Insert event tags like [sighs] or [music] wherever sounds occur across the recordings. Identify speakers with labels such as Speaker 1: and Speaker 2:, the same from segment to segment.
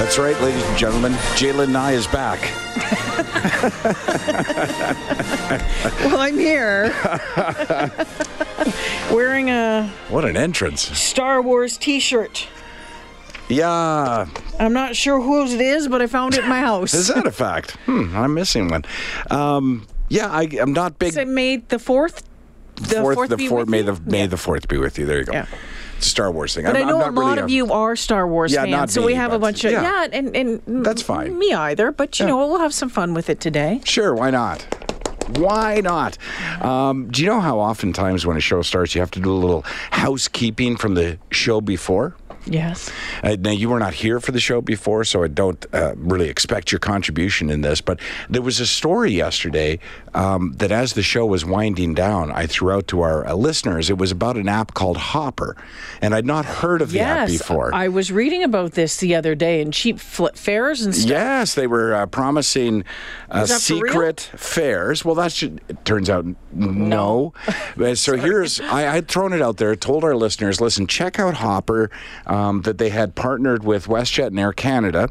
Speaker 1: That's right, ladies and gentlemen. Jalen Nye is back.
Speaker 2: Well, I'm here [laughs] wearing a
Speaker 1: What an entrance.
Speaker 2: Star Wars t shirt.
Speaker 1: Yeah.
Speaker 2: I'm not sure whose it is, but I found it in my
Speaker 1: Is
Speaker 2: house.
Speaker 1: that a [laughs] fact? Hmm, I'm missing one. Um, yeah, I, I'm not big.
Speaker 2: Is it May the 4th? The
Speaker 1: the
Speaker 2: be
Speaker 1: fourth,
Speaker 2: with
Speaker 1: May
Speaker 2: you?
Speaker 1: the May the fourth be with you. There you go.
Speaker 2: Yeah.
Speaker 1: Star Wars thing.
Speaker 2: But i
Speaker 1: I'm,
Speaker 2: know
Speaker 1: I'm
Speaker 2: a
Speaker 1: not
Speaker 2: lot
Speaker 1: really
Speaker 2: of
Speaker 1: a-
Speaker 2: you are Star Wars
Speaker 1: Yeah,
Speaker 2: fans,
Speaker 1: not
Speaker 2: so
Speaker 1: me,
Speaker 2: we have a
Speaker 1: but-
Speaker 2: bunch of
Speaker 1: yeah.
Speaker 2: yeah, and and
Speaker 1: That's fine.
Speaker 2: Me either, but you know what? We'll have some fun with it today.
Speaker 1: Sure, why not? Why not? Um, do you know how oftentimes when a show starts, you have to do a little housekeeping from the show before?
Speaker 2: Yes.
Speaker 1: Uh, now you were not here for the show before, so I don't uh, really expect your contribution in this. But there was a story yesterday um, that, as the show was winding down, I threw out to our uh, listeners. It was about an app called Hopper, and I'd not heard of the app
Speaker 2: Yes.
Speaker 1: before.
Speaker 2: I was reading about this the other day in cheap flip fairs and stuff.
Speaker 1: Yes, they were uh, promising uh,
Speaker 2: Is that for real?
Speaker 1: secret fairs. Well, that should, it turns out n-
Speaker 2: [laughs]
Speaker 1: no. Uh, so here's I had thrown it out there, told our listeners, listen, check out Hopper um, that they had partnered with WestJet and Air Canada.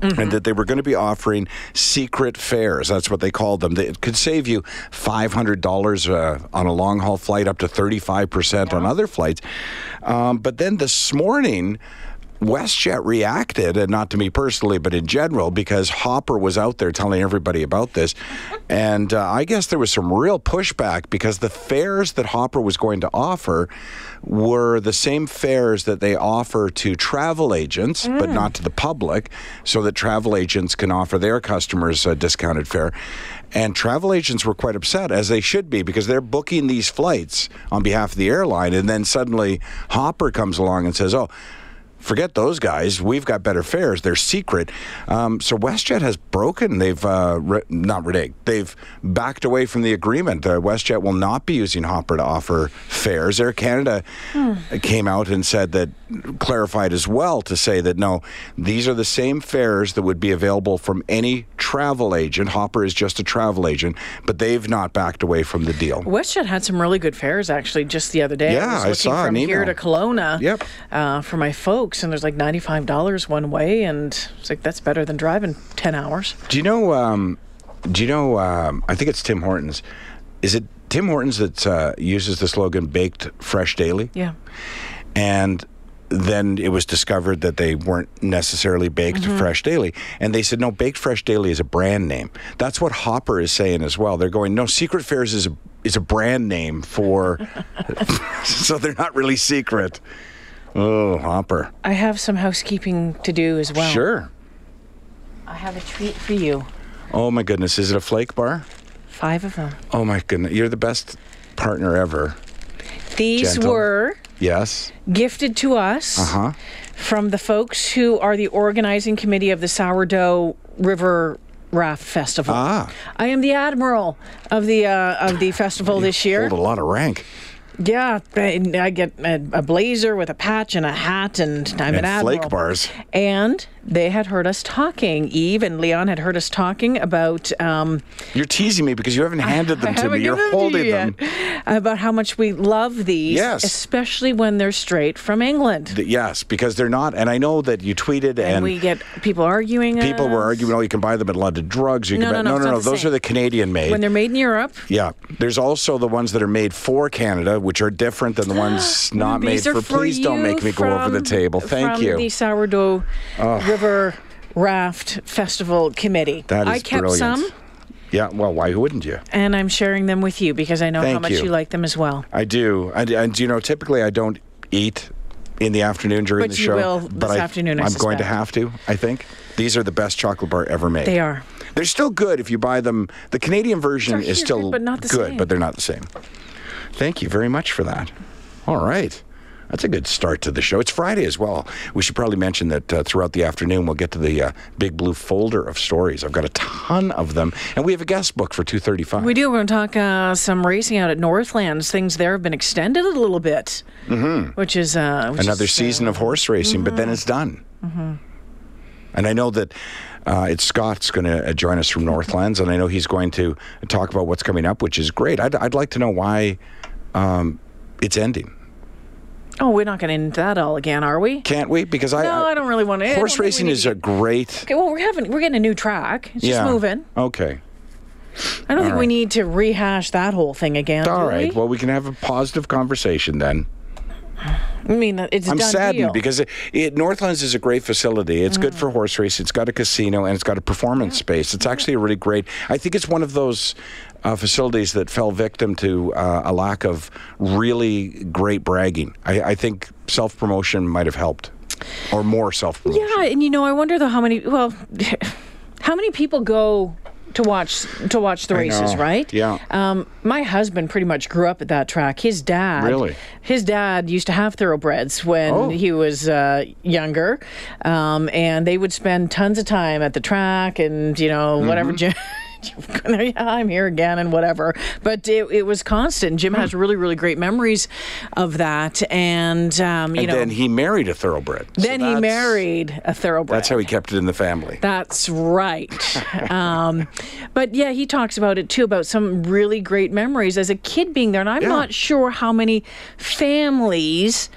Speaker 2: Mm-hmm.
Speaker 1: And that they were going to be offering secret fares. That's what they called them. They- It could save you $500 uh, on a long haul flight, up to 35% on other flights. Um, but then this morning, WestJet reacted, and not to me personally, but in general, because Hopper was out there telling everybody about this. And uh, I guess there was some real pushback because the fares that Hopper was going to offer were the same fares that they offer to travel agents, but not to the public, so that travel agents can offer their customers a discounted fare. And travel agents were quite upset, as they should be, because they're booking these flights on behalf of the airline. And then suddenly Hopper comes along and says, Oh, Forget those guys. We've got better fares. They're secret. Um, so WestJet has broken. They've uh, re- not reneged. They've backed away from the agreement. Uh, WestJet will not be using Hopper to offer fares. Air Canada came out and said that clarified as well to say that no, these are the same fares that would be available from any travel agent. Hopper is just a travel agent, but they've not backed away from the deal.
Speaker 2: WestJet had some really good fares actually just the other day.
Speaker 1: Yeah,
Speaker 2: was
Speaker 1: I
Speaker 2: looking
Speaker 1: saw
Speaker 2: from
Speaker 1: an
Speaker 2: here
Speaker 1: email.
Speaker 2: to Kelowna.
Speaker 1: Yep.
Speaker 2: Uh, for my folks, and there's like ninety-five dollars one way, and it's like that's better than driving ten hours.
Speaker 1: Do you know? Um, do you know? Um, I think it's Tim Hortons. Is it Tim Hortons that uh, uses the slogan "Baked Fresh Daily"?
Speaker 2: Yeah.
Speaker 1: And then it was discovered that they weren't necessarily baked
Speaker 2: Mm-hmm.
Speaker 1: fresh daily. And they said, no, baked fresh daily is a brand name. That's what Hopper is saying as well. They're going, no, secret fairs is a, is a brand name
Speaker 2: [laughs]
Speaker 1: for, [laughs] so they're not really secret. Oh, Hopper.
Speaker 2: I have some housekeeping to do as well.
Speaker 1: Sure.
Speaker 2: I have a treat for you.
Speaker 1: Oh my goodness. Is it a flake bar?
Speaker 2: Five of them.
Speaker 1: Oh my goodness. You're the best partner ever.
Speaker 2: These
Speaker 1: Gentle.
Speaker 2: were
Speaker 1: Yes.
Speaker 2: gifted to us
Speaker 1: Uh-huh.
Speaker 2: from the folks who are the organizing committee of the Sourdough River Raft Festival.
Speaker 1: Ah.
Speaker 2: I am the admiral of the uh, of the festival this year.
Speaker 1: Hold a lot of rank.
Speaker 2: Yeah, and I get a, a blazer with a patch and a hat, and I'm an
Speaker 1: And
Speaker 2: admiral.
Speaker 1: flake bars.
Speaker 2: And they had heard us talking. Eve and Leon had heard us talking about um,
Speaker 1: You're teasing me because you haven't handed them
Speaker 2: [laughs] I
Speaker 1: to
Speaker 2: haven't
Speaker 1: me. You're
Speaker 2: given
Speaker 1: holding
Speaker 2: to you
Speaker 1: them.
Speaker 2: yet. uh, about how much we love these,
Speaker 1: Yes.
Speaker 2: especially when they're straight from England.
Speaker 1: Th- Yes, because they're not. And I know that you tweeted
Speaker 2: and
Speaker 1: and,
Speaker 2: we get people arguing.
Speaker 1: people were
Speaker 2: us.
Speaker 1: arguing, oh, you can buy them at London Drugs. You
Speaker 2: No,
Speaker 1: can buy,
Speaker 2: no, no, it's not the
Speaker 1: Those
Speaker 2: same.
Speaker 1: are the Canadian made.
Speaker 2: when they're made in Europe.
Speaker 1: yeah, there's also the ones that are made for Canada, which are different
Speaker 2: [gasps]
Speaker 1: than the ones not made
Speaker 2: These
Speaker 1: for.
Speaker 2: are for
Speaker 1: Please don't
Speaker 2: you
Speaker 1: make me go over the
Speaker 2: from-
Speaker 1: table. Thank
Speaker 2: from
Speaker 1: you.
Speaker 2: The sourdough river raft festival committee.
Speaker 1: that is
Speaker 2: I kept
Speaker 1: brilliant.
Speaker 2: some.
Speaker 1: Yeah, well, why wouldn't you?
Speaker 2: and I'm sharing them with you because I know how
Speaker 1: Thank
Speaker 2: much
Speaker 1: you.
Speaker 2: you. like them as well.
Speaker 1: I do. And, and you know, typically I don't eat in the afternoon during
Speaker 2: But
Speaker 1: the
Speaker 2: you
Speaker 1: show.
Speaker 2: will this
Speaker 1: I,
Speaker 2: afternoon, I
Speaker 1: I'm going to
Speaker 2: suspect.
Speaker 1: have to. I think these are the best chocolate bar ever made.
Speaker 2: They are.
Speaker 1: They're still good if you buy them. The Canadian version
Speaker 2: They're
Speaker 1: is
Speaker 2: here,
Speaker 1: still
Speaker 2: but not the
Speaker 1: good,
Speaker 2: same.
Speaker 1: but they're not the same. Thank you very much for that. All right. That's a good start to the show. It's Friday as well. We should probably mention that uh, throughout the afternoon we'll get to the uh, big blue folder of stories. I've got a ton of them, and we have a guest book for two thirty-five.
Speaker 2: We do. We're going to talk uh, some racing out at Northlands. Things there have been extended a little bit, mm-hmm. which is uh, which
Speaker 1: another
Speaker 2: is, uh,
Speaker 1: season of horse racing, but
Speaker 2: Mm-hmm.
Speaker 1: then it's done. And I know that uh, it's Scott's going to uh, join us from Northlands, and I know he's going to talk about what's coming up, which is great. I'd, I'd like to know why um, it's ending.
Speaker 2: oh, we're not going to into that all again, are we?
Speaker 1: Can't we? Because I,
Speaker 2: No, I don't really want to. I don't
Speaker 1: Uh, Horse
Speaker 2: think we
Speaker 1: racing
Speaker 2: need
Speaker 1: is
Speaker 2: to
Speaker 1: a great.
Speaker 2: Okay, well, we're having we're getting a new track. It's
Speaker 1: yeah.
Speaker 2: just moving.
Speaker 1: Okay.
Speaker 2: I don't think we
Speaker 1: right.
Speaker 2: need to rehash that whole thing again.
Speaker 1: All
Speaker 2: do
Speaker 1: right.
Speaker 2: we?
Speaker 1: Well, we can have a positive conversation then.
Speaker 2: I mean, it's a
Speaker 1: I'm
Speaker 2: done
Speaker 1: saddened
Speaker 2: deal. Mm.
Speaker 1: because it, it, Northlands is a great facility. It's good for horse racing. It's got a casino and it's got a performance space. It's actually a really great. I think it's one of those uh, facilities that fell victim to uh, a lack of really great bragging. I, I think self promotion might have helped, or more self promotion.
Speaker 2: yeah, and you know, I wonder though how many well, [laughs] how many people go to watch to watch the races,
Speaker 1: know.
Speaker 2: right?
Speaker 1: Yeah.
Speaker 2: Um, my husband pretty much grew up at that track. His dad,
Speaker 1: Really?
Speaker 2: his dad used to have thoroughbreds when
Speaker 1: Oh.
Speaker 2: he was uh, younger, um, and they would spend tons of time at the track and you know whatever.
Speaker 1: Mm-hmm.
Speaker 2: [laughs] Jim, [laughs] yeah, I'm here again and whatever. But it, it was constant. Jim
Speaker 1: Hmm.
Speaker 2: has really really great memories of that, and um, you
Speaker 1: And
Speaker 2: know.
Speaker 1: then he married a thoroughbred. So
Speaker 2: then he
Speaker 1: that's-
Speaker 2: married a thoroughbred.
Speaker 1: That's how he kept it in the family.
Speaker 2: That's right. um, but yeah, he talks about it too about some really great memories as a kid being there. And I'm
Speaker 1: Yeah.
Speaker 2: not sure how many families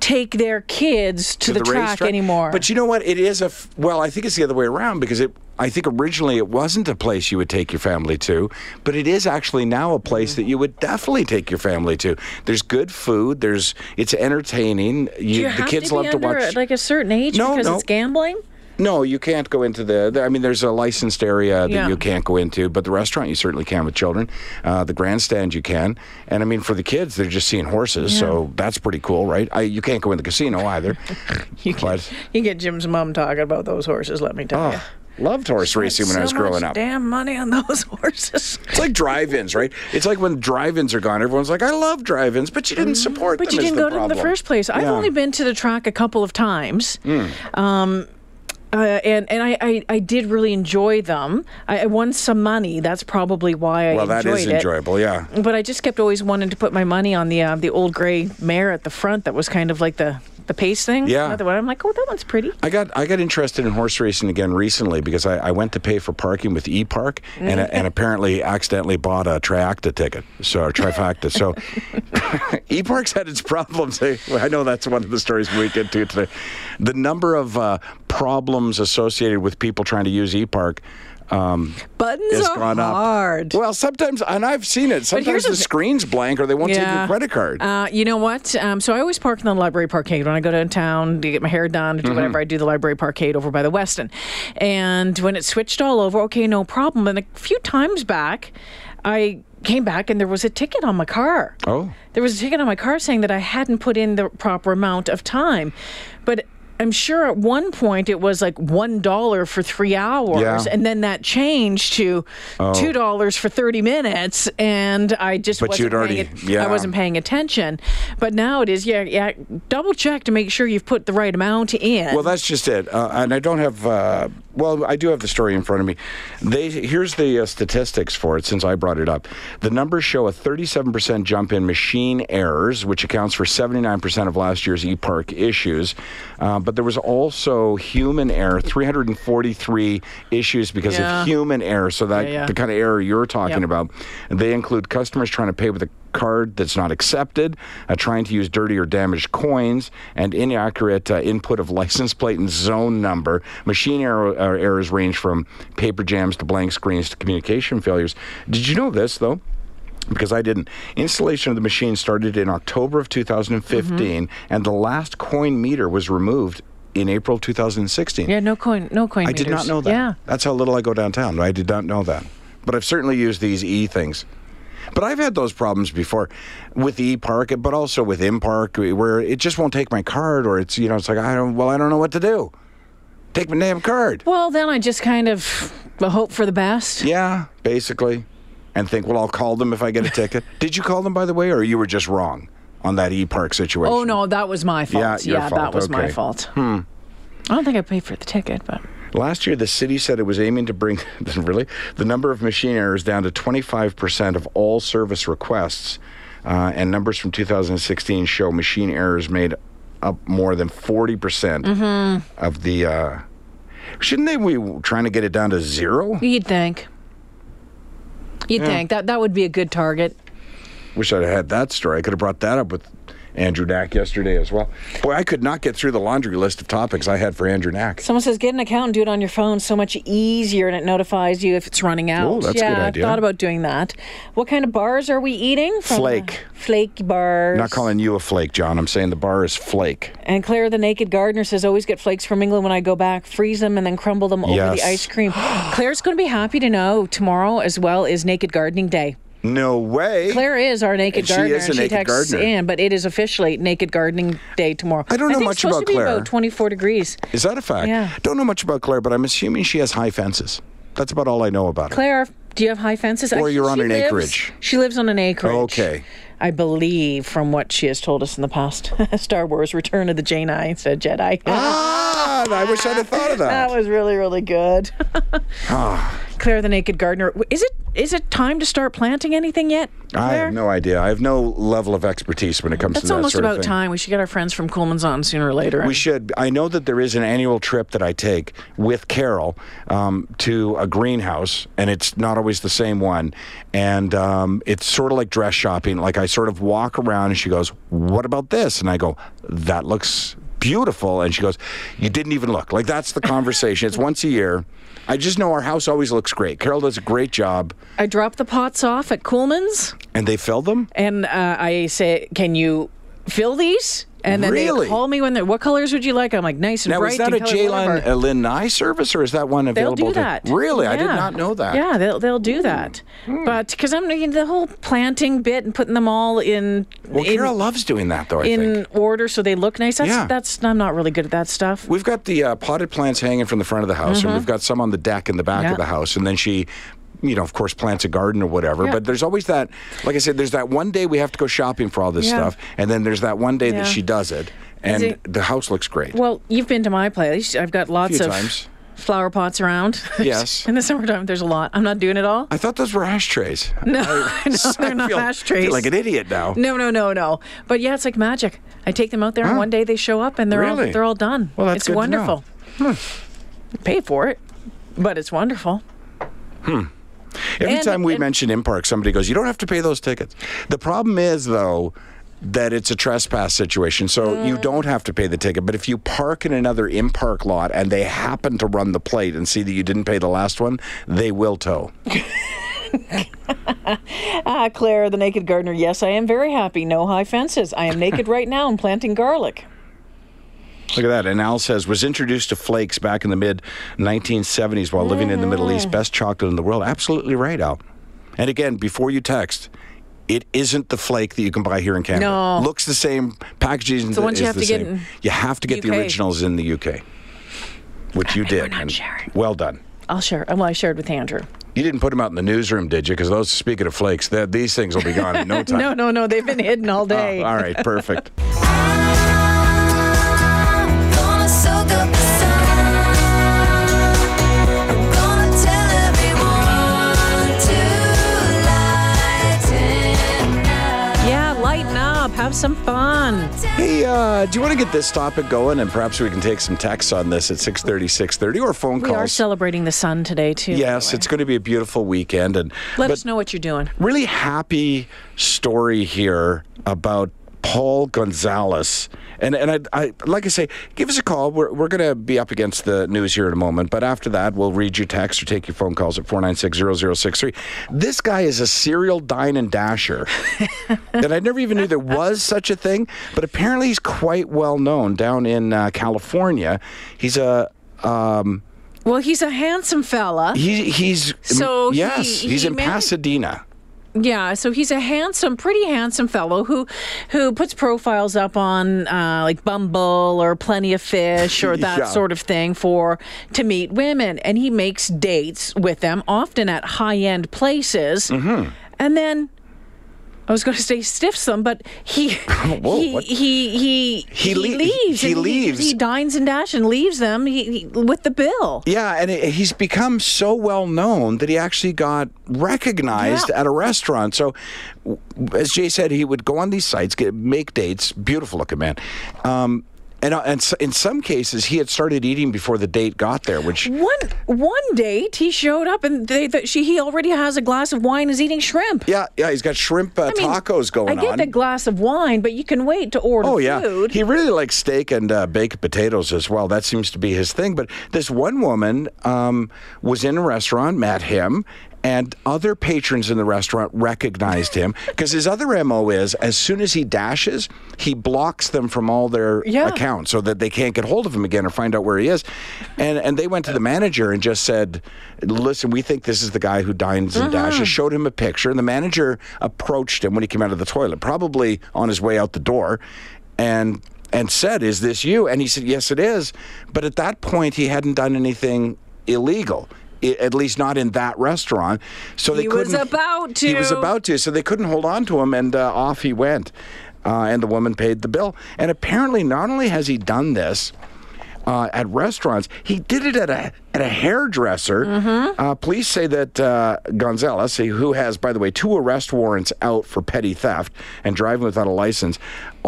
Speaker 2: take their kids to, the, track
Speaker 1: racetrack.
Speaker 2: anymore.
Speaker 1: But you know what? It is a f- well. I think it's the other way around because it. I think originally it wasn't a place you would take your family to, but it is actually now a place that you would definitely take your family to. There's good food. There's it's entertaining. You,
Speaker 2: you
Speaker 1: the
Speaker 2: have
Speaker 1: kids
Speaker 2: to be
Speaker 1: love to
Speaker 2: under
Speaker 1: watch.
Speaker 2: like a certain age
Speaker 1: No,
Speaker 2: because
Speaker 1: no.
Speaker 2: it's gambling.
Speaker 1: no, you can't go into the, the- I mean, there's a licensed area that
Speaker 2: Yeah.
Speaker 1: you can't go into, but the restaurant you certainly can with children. Uh, the grandstand you can, and I mean for the kids they're just seeing horses, so that's pretty cool, right? I, you can't go in the casino either.
Speaker 2: [laughs] You get,
Speaker 1: But-
Speaker 2: you get Jim's mom talking about those horses. Let me tell you.
Speaker 1: Ah, loved horse racing when I was
Speaker 2: so
Speaker 1: growing
Speaker 2: much
Speaker 1: up.
Speaker 2: Damn money on those [laughs] horses.
Speaker 1: It's like drive-ins, right? It's like when drive-ins are gone, everyone's like, "I love drive-ins," but you didn't support
Speaker 2: Mm-hmm. But
Speaker 1: them.
Speaker 2: you
Speaker 1: is
Speaker 2: didn't
Speaker 1: the
Speaker 2: go to them in the
Speaker 1: problem.
Speaker 2: first place. I've
Speaker 1: Yeah. Hmm.
Speaker 2: only been to the track a couple of times. Um, uh, and and I, I, I did really enjoy them. I, I won some money. That's probably why I
Speaker 1: Well,
Speaker 2: enjoyed
Speaker 1: that is
Speaker 2: it.
Speaker 1: enjoyable. Yeah.
Speaker 2: But I just kept always wanting to put my money on the uh, the old gray mare at the front that was kind of like the the pace thing.
Speaker 1: Yeah.
Speaker 2: Another one. I'm like, oh, that one's pretty.
Speaker 1: I got I got interested in horse racing again recently because I, I went to pay for parking with ePark and
Speaker 2: Mm-hmm.
Speaker 1: and apparently accidentally bought a triacta ticket, so or trifacta. So [laughs] ePark's had its problems. I I know that's one of the stories we get to today. The number of uh, problems associated with people trying to use ePark. Um,
Speaker 2: Buttons
Speaker 1: has
Speaker 2: are
Speaker 1: gone up.
Speaker 2: hard.
Speaker 1: Well, sometimes, and I've seen it.
Speaker 2: here's
Speaker 1: Sometimes
Speaker 2: the
Speaker 1: the
Speaker 2: thi-
Speaker 1: screen's blank, or they won't take your credit card.
Speaker 2: Uh, you know what? Um, so I always park in the library parkade when I go downtown to get my hair done, to
Speaker 1: Mm-hmm.
Speaker 2: do whatever I do. The library parkade over by the Weston, and when it switched all over, okay, no problem. And a few times back, I came back and there was a ticket on my car.
Speaker 1: oh,
Speaker 2: There was a ticket on my car saying that I hadn't put in the proper amount of time, but. I'm sure at one point it was like one dollar for three hours,
Speaker 1: Yeah. Oh.
Speaker 2: and then that changed to two dollars for thirty minutes, and I just
Speaker 1: But
Speaker 2: wasn't
Speaker 1: you'd already-
Speaker 2: paying it-
Speaker 1: yeah.
Speaker 2: I wasn't paying attention. But now it is, yeah, yeah. Double check to make sure you've put the right amount in.
Speaker 1: well, that's just it. Uh, and I don't have. Uh, well, I do have the story in front of me. They here's the uh, statistics for it. Since I brought it up, the numbers show a 37% jump in machine errors, which accounts for 79% of last year's ePark issues. Uh, but there was also human error, 343 issues because
Speaker 2: Yeah.
Speaker 1: of human error. So that
Speaker 2: Yeah, yeah.
Speaker 1: the kind of error you're talking
Speaker 2: Yep.
Speaker 1: about. They include customers trying to pay with a card that's not accepted, uh, trying to use dirty or damaged coins, and inaccurate uh, input of [laughs] license plate and zone number. Machine error, uh, errors range from paper jams to blank screens to communication failures. Did you know this, though? Because I didn't. Installation of the machine started in October of 2015, and the last coin meter was removed in April 2016.
Speaker 2: yeah, no coin, no coin.
Speaker 1: I did not
Speaker 2: meters.
Speaker 1: know that.
Speaker 2: Yeah.
Speaker 1: That's how little I go downtown. I did not know that. But I've certainly used these e things. But I've had those problems before with e park, but also with in park, where it just won't take my card, or it's you know it's like I don't well I don't know what to do. Take my damn card.
Speaker 2: Well, then I just kind of hope for the best.
Speaker 1: Yeah, basically. And think, well, I'll call them if I get a ticket. Did you call them, by the way, or you were just wrong on that e park situation?
Speaker 2: Oh no, that was my fault.
Speaker 1: Yeah, your
Speaker 2: that
Speaker 1: fault.
Speaker 2: was my
Speaker 1: Okay.
Speaker 2: fault. Hmm. I don't think I paid for the ticket, but
Speaker 1: Last year, the city said it was aiming to bring [laughs] really the number of machine errors down to 25% of all service requests, uh, and numbers from 2016 show machine errors made up more than 40% percent of the. Uh, shouldn't they be trying to get it down to zero?
Speaker 2: you'd think. You'd think that that would be a good target.
Speaker 1: Wish I'd had that story. I could have brought that up with Andrew Knack yesterday as well. Boy, I could not get through the laundry list of topics I had for Andrew Knack.
Speaker 2: Someone says get an account and do it on your phone. So much easier, and it notifies you if it's running out.
Speaker 1: Oh, that's a
Speaker 2: yeah,
Speaker 1: good idea.
Speaker 2: I thought about doing that. What kind of bars are we eating? From the-
Speaker 1: Flake.
Speaker 2: flake bars.
Speaker 1: Not calling you a flake, John. I'm saying the bar is flake.
Speaker 2: And Claire, the naked gardener, says always get flakes from England when I go back. Freeze them and then crumble them over
Speaker 1: Yes.
Speaker 2: the ice
Speaker 1: [gasps]
Speaker 2: cream. Claire's going to be happy to know tomorrow as well is Naked Gardening Day.
Speaker 1: No way.
Speaker 2: Claire is our naked
Speaker 1: And she
Speaker 2: gardener.
Speaker 1: is a
Speaker 2: and
Speaker 1: naked
Speaker 2: she texts
Speaker 1: gardener.
Speaker 2: in, but it is officially naked gardening day tomorrow.
Speaker 1: I don't know
Speaker 2: think
Speaker 1: much
Speaker 2: it's supposed
Speaker 1: about
Speaker 2: to be
Speaker 1: Claire.
Speaker 2: About 24 degrees.
Speaker 1: Is that a fact?
Speaker 2: Yeah.
Speaker 1: Don't know much about Claire, but I'm assuming she has high fences. That's about all I know about her.
Speaker 2: Claire, do you have high fences?
Speaker 1: Or
Speaker 2: I-
Speaker 1: you're on
Speaker 2: she
Speaker 1: an
Speaker 2: lives-
Speaker 1: acreage.
Speaker 2: She lives on an acreage.
Speaker 1: Okay.
Speaker 2: I believe from what she has told us in the past, [laughs] Star Wars: Return of the Jedi instead of Jedi.
Speaker 1: Ah, I wish I'd have thought of that.
Speaker 2: [laughs]
Speaker 1: Ah.
Speaker 2: That was really, really good. [laughs] Claire the Naked Gardener. W- Is it is it time to start planting anything yet?
Speaker 1: I
Speaker 2: Claire?
Speaker 1: have no idea. I have no level of expertise when it comes to
Speaker 2: That's
Speaker 1: Ah, that
Speaker 2: almost
Speaker 1: sort of
Speaker 2: about
Speaker 1: thing.
Speaker 2: time. We should get our friends from Coleman's on sooner or later.
Speaker 1: We should. I know that there is an annual trip that I take with Carol um, to a greenhouse, and it's not always the same one. And um, it's sort of like dress shopping. Like I sort of walk around, and she goes, "What about this?" And I go, "That looks." Beautiful, and she goes, You didn't even look. Like, that's
Speaker 2: [laughs]
Speaker 1: the conversation. it's once a year. I just know our house always looks great. Carol does a great job,
Speaker 2: I drop the pots off at Coleman's,
Speaker 1: and they fill them.
Speaker 2: and uh, I say, "Can you fill these?" And then
Speaker 1: Really?
Speaker 2: they call me when they're, "What colors would you like?" I'm like, "Nice and
Speaker 1: Now,
Speaker 2: bright."
Speaker 1: is that
Speaker 2: and
Speaker 1: a
Speaker 2: colored, whatever."
Speaker 1: Jalen uh, Lynn Nye service, or is that one
Speaker 2: They'll
Speaker 1: available?
Speaker 2: do
Speaker 1: to-
Speaker 2: that.
Speaker 1: really? I did
Speaker 2: Yeah.
Speaker 1: not know that. Hmm.
Speaker 2: Yeah, they'll they'll do that. But because I'm you know, the whole planting bit and putting them all in
Speaker 1: Well,
Speaker 2: in,
Speaker 1: Carol loves doing that, though. I
Speaker 2: in
Speaker 1: think
Speaker 2: order so they look nice. That's
Speaker 1: Yeah.
Speaker 2: that's I'm not really good at that stuff.
Speaker 1: we've got the uh, potted plants hanging from the front of the house, and we've got some on the deck in the back
Speaker 2: Mm-hmm. Yeah.
Speaker 1: of the house, and then she. You know, of course, plants a garden or whatever,
Speaker 2: Yeah.
Speaker 1: but there's always that, like I said, there's that one day we have to go shopping for all this
Speaker 2: Yeah.
Speaker 1: stuff, and then there's that one day
Speaker 2: Yeah.
Speaker 1: that she does it, and
Speaker 2: it-
Speaker 1: the house looks great.
Speaker 2: Well, you've been to my place. I've got lots
Speaker 1: Few
Speaker 2: of
Speaker 1: times.
Speaker 2: flower pots around.
Speaker 1: Yes.
Speaker 2: [laughs] In the summertime, there's a lot. I'm not doing it all.
Speaker 1: I thought those were ashtrays. [laughs]
Speaker 2: No, [laughs] no, they're not
Speaker 1: feel,
Speaker 2: ashtrays.
Speaker 1: feel like an idiot now.
Speaker 2: No, no, no, no. But yeah, it's like magic. I take them out there, and
Speaker 1: Huh.
Speaker 2: one day they show up, and they're all
Speaker 1: Ah. Really?
Speaker 2: they're all done.
Speaker 1: Well, that's
Speaker 2: it's
Speaker 1: good to know. Hmm.
Speaker 2: wonderful. Pay for it, but it's wonderful.
Speaker 1: Every
Speaker 2: And-
Speaker 1: time we
Speaker 2: and-
Speaker 1: mention in park, somebody goes, "You don't have to pay those tickets." The problem is though that it's a trespass situation, so
Speaker 2: Mm.
Speaker 1: you don't have to pay the ticket. But if you park in another in park lot and they happen to run the plate and see that you didn't pay the last one, they will tow.
Speaker 2: Ah, Claire, the naked gardener. Yes, I am very happy. No high fences. I am [laughs] naked right now and planting garlic.
Speaker 1: Look at that. And Al says was introduced to flakes back in the mid 1970s while living in the Middle
Speaker 2: Mm-hmm.
Speaker 1: East. Best chocolate in the world. Absolutely right, Al. And again, before you text. It isn't the flake that you can buy here in Canada.
Speaker 2: No.
Speaker 1: Looks the same. Packaging
Speaker 2: the ones you
Speaker 1: is
Speaker 2: have
Speaker 1: the
Speaker 2: to get
Speaker 1: same.
Speaker 2: in
Speaker 1: you have to get the
Speaker 2: UK.
Speaker 1: originals in the UK, which you did.
Speaker 2: not
Speaker 1: and
Speaker 2: sharing.
Speaker 1: Well done.
Speaker 2: I'll share. uh, Well, I shared with Andrew.
Speaker 1: You didn't put them out in the newsroom, did you? Because those, speaking of flakes, that these things will be gone in no time.
Speaker 2: [laughs] No, no, no. They've been hidden all
Speaker 1: Oh,
Speaker 2: day.
Speaker 1: all right, perfect.
Speaker 3: I'm gonna soak up the sun. I'm gonna tell everyone to lighten
Speaker 2: Yeah, lighten up. Have some fun.
Speaker 1: Hey, uh, do you want to get this topic going, and perhaps we can take some texts on this at 6:30, 6:30, or phone
Speaker 2: We
Speaker 1: calls?
Speaker 2: are celebrating the sun today too. by the
Speaker 1: yes,
Speaker 2: way.
Speaker 1: it's going to be a beautiful weekend, and
Speaker 2: Let
Speaker 1: but
Speaker 2: us know what you're doing.
Speaker 1: really happy story here about Paul Gonzalez. And and I, I like I say, give us a call. We're we're gonna be up against the news here in a moment, but after that, we'll read your text or take your phone calls at four nine six zero zero six three. This guy is a serial dine and
Speaker 2: [laughs]
Speaker 1: dasher. that I never even knew there was such a thing, but apparently he's quite well known down in uh, California. He's a um,
Speaker 2: Well, he's a handsome fella.
Speaker 1: he he's
Speaker 2: So he-
Speaker 1: yes, he's
Speaker 2: he
Speaker 1: in
Speaker 2: married-
Speaker 1: Pasadena.
Speaker 2: Yeah, so he's a handsome, pretty handsome fellow who who puts profiles up on uh, like Bumble or Plenty of Fish
Speaker 1: [laughs]
Speaker 2: or that
Speaker 1: Yeah.
Speaker 2: sort of thing for to meet women, and he makes dates with them, often at high end places,
Speaker 1: Mm-hmm.
Speaker 2: and then. I was going to say stiffs them, but
Speaker 1: [laughs]
Speaker 2: he he,
Speaker 1: what?
Speaker 2: he he
Speaker 1: He le-
Speaker 2: leaves.
Speaker 1: he
Speaker 2: and
Speaker 1: leaves.
Speaker 2: He, dines and dash and leaves them he, he- with the bill.
Speaker 1: Yeah, and it, he's become so well known that he actually got recognized
Speaker 2: Yeah.
Speaker 1: at a restaurant. So, w- as Jay said, he would go on these sites, get, make dates. Beautiful looking man. Um, and, uh, and s- in some cases, he had started eating before the date got there, which
Speaker 2: One one date he showed up and they, that she he already has a glass of wine is eating shrimp.
Speaker 1: yeah, yeah, he's got shrimp uh,
Speaker 2: I mean,
Speaker 1: tacos going
Speaker 2: I get
Speaker 1: on.
Speaker 2: the glass of wine, but you can wait to order
Speaker 1: Oh yeah,
Speaker 2: food.
Speaker 1: he really likes steak and uh, baked potatoes as well. That seems to be his thing. But this one woman um, was in a restaurant, met him, and other patrons in the restaurant recognized
Speaker 2: [laughs]
Speaker 1: him because his other mo is as soon as he dashes, he blocks them from all their
Speaker 2: Yeah.
Speaker 1: accounts so that they can't get hold of him again or find out where he is. And and they went to the manager and just said, "Listen, we think this is the guy who dines
Speaker 2: Mm-hmm.
Speaker 1: and dashes." Showed him a picture, and the manager approached him when he came out of the toilet, probably on his way out the door, and and said, "Is this you?" And he said, "Yes, it is." But at that point, he hadn't done anything illegal. i- At least not in that restaurant, so they
Speaker 2: He was
Speaker 1: couldn't.
Speaker 2: about
Speaker 1: He was
Speaker 2: to.
Speaker 1: about to, so they couldn't hold on to him, and uh, off he went. Uh, and the woman paid the bill. And apparently, not only has he done this uh, at restaurants, he did it at a at a hairdresser. Uh, police say that uh, Gonzalez, who has, by the way, two arrest warrants out for petty theft and driving without a license,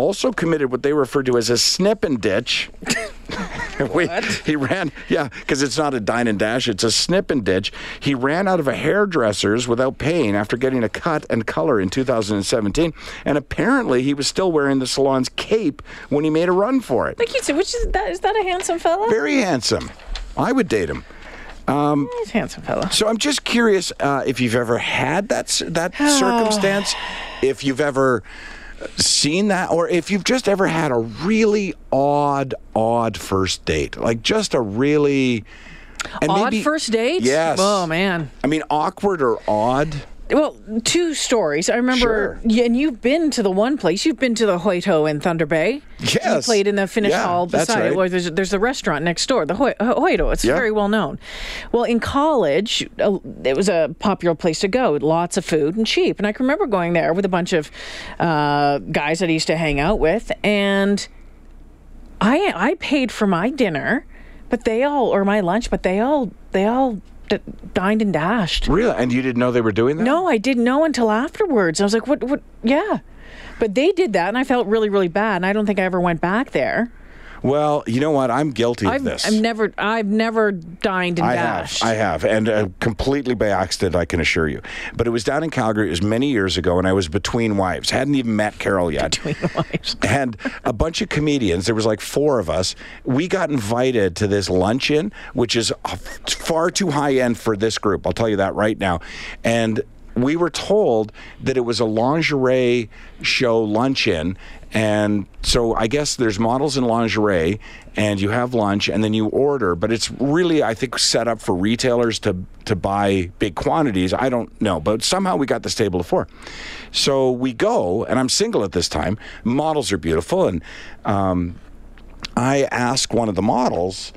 Speaker 1: also committed what they refer to as a snip and ditch. [laughs] Wait, he ran, yeah, because it's not a dine and dash, it's a snip and ditch. He ran out of a hairdresser's without paying after getting a cut and color in 2017. And apparently, he was still wearing the salon's cape when he made a run for it.
Speaker 2: like you said, which is that is that a handsome fella?
Speaker 1: Very handsome. I would date him.
Speaker 2: He's a handsome fella.
Speaker 1: So I'm just curious uh, if you've ever had that c- that
Speaker 2: [sighs]
Speaker 1: circumstance, if you've ever seen that, or if you've just ever had a really odd, odd first date, like just a really and
Speaker 2: Odd
Speaker 1: maybe-
Speaker 2: first date?
Speaker 1: Yes.
Speaker 2: Oh man.
Speaker 1: I mean, awkward or odd.
Speaker 2: Well, two stories. I
Speaker 1: Sure.
Speaker 2: remember, yeah, and you've been to the one place. You've been to the Hoito in Thunder Bay. You
Speaker 1: Yes.
Speaker 2: played in the Finnish
Speaker 1: Yeah,
Speaker 2: hall
Speaker 1: that's
Speaker 2: beside it,
Speaker 1: right.
Speaker 2: where there's, there's a restaurant next door, the Hoi- Ho- Hoito. It's
Speaker 1: Yeah.
Speaker 2: very well known. Well, in college, uh, it was a popular place to go. Lots of food and cheap. And I can remember going there with a bunch of uh, guys that I used to hang out with, and I I paid for my dinner, but they all or my lunch, but they all they all d- dined and dashed.
Speaker 1: Really? And you didn't know they were doing that?
Speaker 2: No, I didn't know until afterwards. I was like, what, what, yeah. But they did that, and I felt really, really bad. And I don't think I ever went back there.
Speaker 1: Well, you know what? I'm guilty of
Speaker 2: I've,
Speaker 1: this.
Speaker 2: I've never, I've never dined and
Speaker 1: I have.
Speaker 2: dashed.
Speaker 1: I have. And uh, completely by accident, I can assure you. But it was down in Calgary. It was many years ago, and I was between wives. Hadn't even met Carol yet. and a bunch of comedians. There was like four of us. We got invited to this luncheon, which is uh, far too high end for this group. I'll tell you that right now. And we were told that it was a lingerie show luncheon. And so I guess there's models in lingerie, and you have lunch, and then you order. But it's really, I think, set up for retailers to to buy big quantities. I don't know, but somehow we got this table of four. So we go, and I'm single at this time. Models are beautiful, and um, I ask one of the models.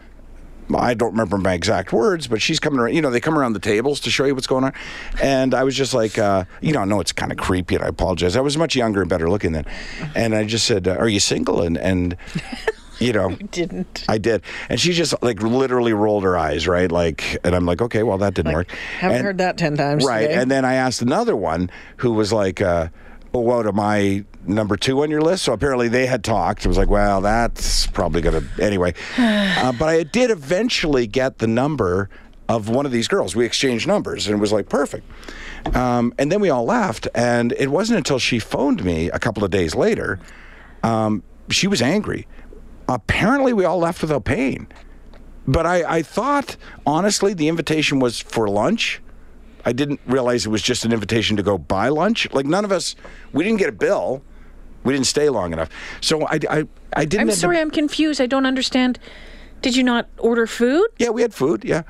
Speaker 1: I don't remember my exact words, but she's coming around. You know, they come around the tables to show you what's going on. And I was just like, uh, you know, I know it's kind of creepy, and I apologize. I was much younger and better looking then. And I just said, uh, Are you single? And, and you know,
Speaker 2: Didn't.
Speaker 1: I did. And she just like literally rolled her eyes, right? Like, and I'm like, Okay, well, that didn't work.
Speaker 2: Haven't
Speaker 1: And-
Speaker 2: heard that 10 times.
Speaker 1: Right.
Speaker 2: today.
Speaker 1: And then I asked another one who was like, uh, oh, what am I number two on your list? So apparently they had talked. It was like, well, that's probably going to,
Speaker 2: [sighs]
Speaker 1: anyway. uh, but I did eventually get the number of one of these girls. We exchanged numbers and it was like, perfect. Um, and then we all left. And it wasn't until she phoned me a couple of days later, um, she was angry. Apparently we all left without paying. But I, I thought, honestly, the invitation was for lunch. I didn't realize it was just an invitation to go buy lunch. Like none of us, we didn't get a bill. We didn't stay long enough. So I, I, I didn't. end
Speaker 2: I'm
Speaker 1: up-
Speaker 2: sorry, I'm confused. I don't understand. Did you not order food?
Speaker 1: yeah, we had food. Yeah.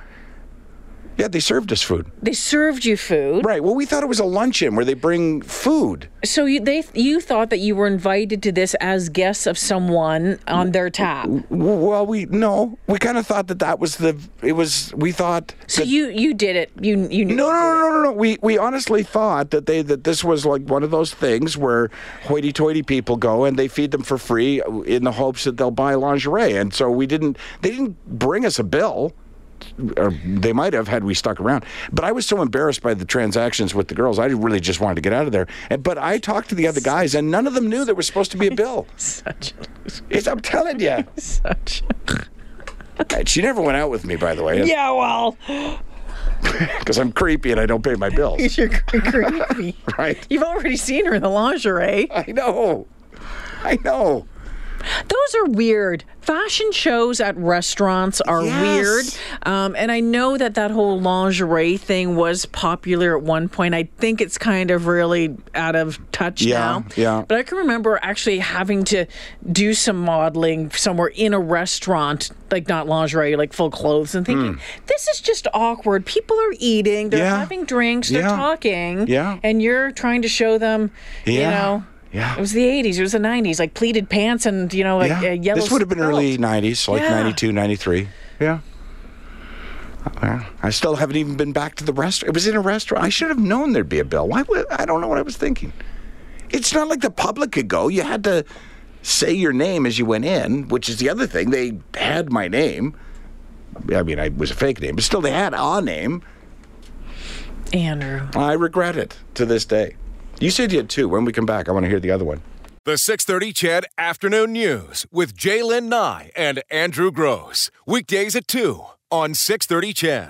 Speaker 1: Yeah, they served us food.
Speaker 2: They served you food.
Speaker 1: Right. Well, we thought it was a luncheon where they bring food.
Speaker 2: So you they you thought that you were invited to this as guests of someone on their tap.
Speaker 1: W- Well, we no, we kind of thought that that was the. It was. We thought.
Speaker 2: So you you did it. You you knew.
Speaker 1: No, no, no, no, no, no. We we honestly thought that they that this was like one of those things where hoity-toity people go and they feed them for free in the hopes that they'll buy lingerie, and so we didn't. They didn't bring us a bill. Or they might have had we stuck around, but I was so embarrassed by the transactions with the girls. I really just wanted to get out of there. And, but I talked to the other guys, and none of them knew there was supposed to be a bill.
Speaker 2: Such
Speaker 1: It's, I'm telling you,
Speaker 2: such. [laughs]
Speaker 1: she never went out with me, by the way,
Speaker 2: Yeah, well,
Speaker 1: because I'm creepy and I don't pay my
Speaker 2: [laughs]
Speaker 1: bills.
Speaker 2: you're cre- creepy.
Speaker 1: Right?
Speaker 2: You've already seen her in the lingerie.
Speaker 1: I know, I know.
Speaker 2: Those are weird. Fashion shows at restaurants are
Speaker 1: Yes.
Speaker 2: weird. Um, and I know that that whole lingerie thing was popular at one point. I think it's kind of really out of touch
Speaker 1: Yeah,
Speaker 2: now.
Speaker 1: yeah.
Speaker 2: But I can remember actually having to do some modeling somewhere in a restaurant, like not lingerie, like full clothes, and thinking, this is just awkward. People are eating, they're
Speaker 1: Hmm. Yeah.
Speaker 2: having drinks, they're
Speaker 1: Yeah.
Speaker 2: talking,
Speaker 1: Yeah.
Speaker 2: and you're trying to show them, you
Speaker 1: Yeah.
Speaker 2: know.
Speaker 1: Yeah.
Speaker 2: It was the 80s, it was the 90s, like pleated pants and, you know, like
Speaker 1: Yeah.
Speaker 2: a uh, yellow.
Speaker 1: this would have been
Speaker 2: skirt.
Speaker 1: early 90s, like
Speaker 2: Yeah.
Speaker 1: ninety two, ninety three. 92, 93. Yeah. Well, I still haven't even been back to the restaurant. It was in a restaurant. I should have known there'd be a bill. Why would I don't know what I was thinking. It's not like the public could go. You had to say your name as you went in, which is the other thing. They had my name. I mean, I it was a fake name, but still they had a name.
Speaker 2: Andrew.
Speaker 1: I regret it to this day. You said you had two. When we come back, I want to hear the other one.
Speaker 4: The 630 Chad Afternoon News with Jaylen Nye and Andrew Gross. Weekdays at 2 on 630 Chad.